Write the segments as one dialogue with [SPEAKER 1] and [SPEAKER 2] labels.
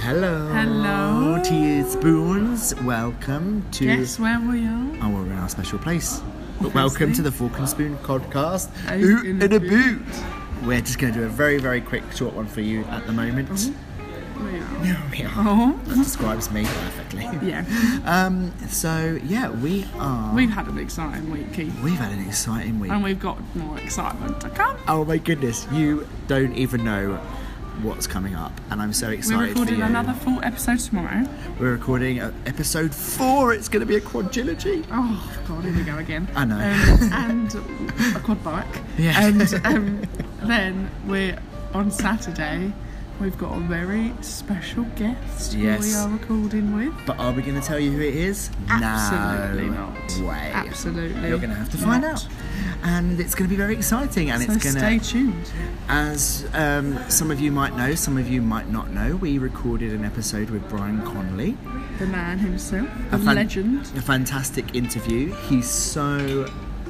[SPEAKER 1] Hello.
[SPEAKER 2] Hello.
[SPEAKER 1] Teaspoons. Welcome to
[SPEAKER 2] Yes, where we are?
[SPEAKER 1] Oh, we're in our special place. But welcome to the Fork and Spoon podcast.
[SPEAKER 2] Out
[SPEAKER 1] Oot
[SPEAKER 2] in
[SPEAKER 1] in,
[SPEAKER 2] a
[SPEAKER 1] a
[SPEAKER 2] boot.
[SPEAKER 1] boot. We're just going to do a very, very quick short one for you at the moment.
[SPEAKER 2] Mm-hmm. We are.
[SPEAKER 1] There we are.
[SPEAKER 2] Oh,
[SPEAKER 1] That describes me perfectly.
[SPEAKER 2] yeah.
[SPEAKER 1] Um, so, yeah, we are.
[SPEAKER 2] We've had an exciting week, Keith,
[SPEAKER 1] We've had an exciting week.
[SPEAKER 2] and we've got more excitement to come.
[SPEAKER 1] Oh my goodness, you don't even know what's coming up. And I'm so
[SPEAKER 2] We're
[SPEAKER 1] excited for
[SPEAKER 2] recording
[SPEAKER 1] you.
[SPEAKER 2] another full episode tomorrow.
[SPEAKER 1] We're recording uh, episode four. It's going to be a quadrilogy.
[SPEAKER 2] Oh God, here we go again.
[SPEAKER 1] I know.
[SPEAKER 2] Um, and a quad bike.
[SPEAKER 1] Yeah.
[SPEAKER 2] And um, then we're on Saturday. We've got a very special guest who
[SPEAKER 1] Yes.
[SPEAKER 2] we are recording with.
[SPEAKER 1] But are we going to tell you who it is?
[SPEAKER 2] Absolutely
[SPEAKER 1] no
[SPEAKER 2] not.
[SPEAKER 1] Way.
[SPEAKER 2] Absolutely
[SPEAKER 1] You're going to have to find
[SPEAKER 2] not.
[SPEAKER 1] out. And it's going to be very exciting. And
[SPEAKER 2] So
[SPEAKER 1] it's going
[SPEAKER 2] stay
[SPEAKER 1] to,
[SPEAKER 2] tuned.
[SPEAKER 1] as um, some of you might know, some of you might not know, we recorded an episode with Brian Conley.
[SPEAKER 2] The man himself, the
[SPEAKER 1] A fan-
[SPEAKER 2] legend.
[SPEAKER 1] A fantastic interview. He's so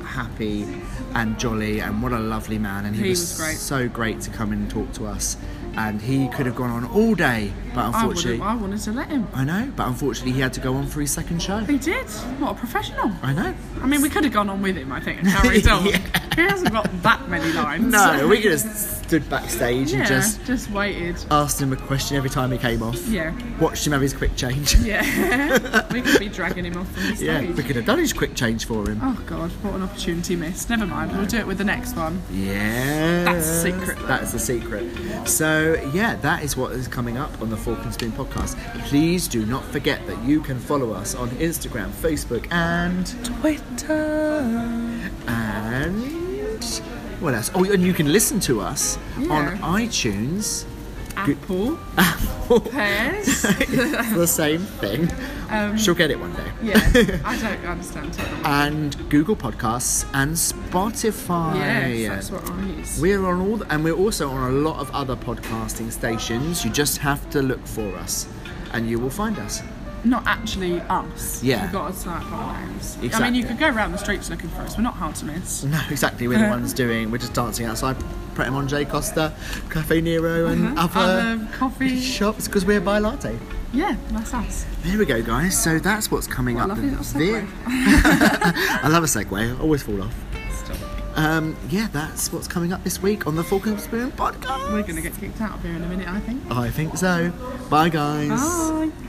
[SPEAKER 1] happy and jolly, and what a lovely man. And he,
[SPEAKER 2] He was great.
[SPEAKER 1] so great to come and talk to us. And he could have gone on all day, but
[SPEAKER 2] I, would've-
[SPEAKER 1] unfortunately,
[SPEAKER 2] I wanted to let him.
[SPEAKER 1] I know, but unfortunately, he had to go on for his second show.
[SPEAKER 2] He did. What a professional.
[SPEAKER 1] I know.
[SPEAKER 2] I mean, we could have gone on with him, I think, and carried on.
[SPEAKER 1] Yeah.
[SPEAKER 2] He hasn't got that many lines.
[SPEAKER 1] No, we could have stood backstage
[SPEAKER 2] yeah,
[SPEAKER 1] and just
[SPEAKER 2] just... waited.
[SPEAKER 1] asked him a question every time he came off.
[SPEAKER 2] Yeah.
[SPEAKER 1] Watched him have his quick change.
[SPEAKER 2] Yeah. we could be dragging him off from the
[SPEAKER 1] Yeah,
[SPEAKER 2] stage.
[SPEAKER 1] we could have done his quick change for him.
[SPEAKER 2] Oh, God, what an opportunity missed. Never mind, we'll do it with the next one.
[SPEAKER 1] Yeah.
[SPEAKER 2] That's a secret, though.
[SPEAKER 1] That's the secret. So, yeah, that is what is coming up on the Fork and Spoon podcast. Please do not forget that you can follow us on Instagram, Facebook, and Twitter. And what else? Oh, and you can listen to us
[SPEAKER 2] Yeah.
[SPEAKER 1] on iTunes.
[SPEAKER 2] Apple, pears.
[SPEAKER 1] It's the same thing.
[SPEAKER 2] Um,
[SPEAKER 1] She'll get it one day.
[SPEAKER 2] Yeah, I don't understand technology.
[SPEAKER 1] And Google Podcasts and Oh, Spotify.
[SPEAKER 2] Yes, that's what I use.
[SPEAKER 1] We're on all, the, and we're also on a lot of other podcasting stations. You just have to look for us, and you will find us.
[SPEAKER 2] Not actually us.
[SPEAKER 1] Yeah.
[SPEAKER 2] You've got to start our names. I mean,
[SPEAKER 1] Exactly.
[SPEAKER 2] you could go around the streets looking for us. We're not hard to miss.
[SPEAKER 1] No, exactly. We're the
[SPEAKER 2] Uh-huh.
[SPEAKER 1] ones doing. We're just dancing outside. Pret a Manger, Costa, Cafe Nero, and other,
[SPEAKER 2] Uh-huh. Other coffee.
[SPEAKER 1] shops because we're by latte.
[SPEAKER 2] Yeah, that's us.
[SPEAKER 1] There we go, guys. So that's what's coming up.
[SPEAKER 2] lovely little
[SPEAKER 1] thi-
[SPEAKER 2] segue.
[SPEAKER 1] I love a segue. I always fall off. Um, yeah, that's what's coming up this week on the Fork and Spoon podcast.
[SPEAKER 2] We're going to get kicked out of here in a minute, I think.
[SPEAKER 1] I think so. Bye, guys.
[SPEAKER 2] Bye.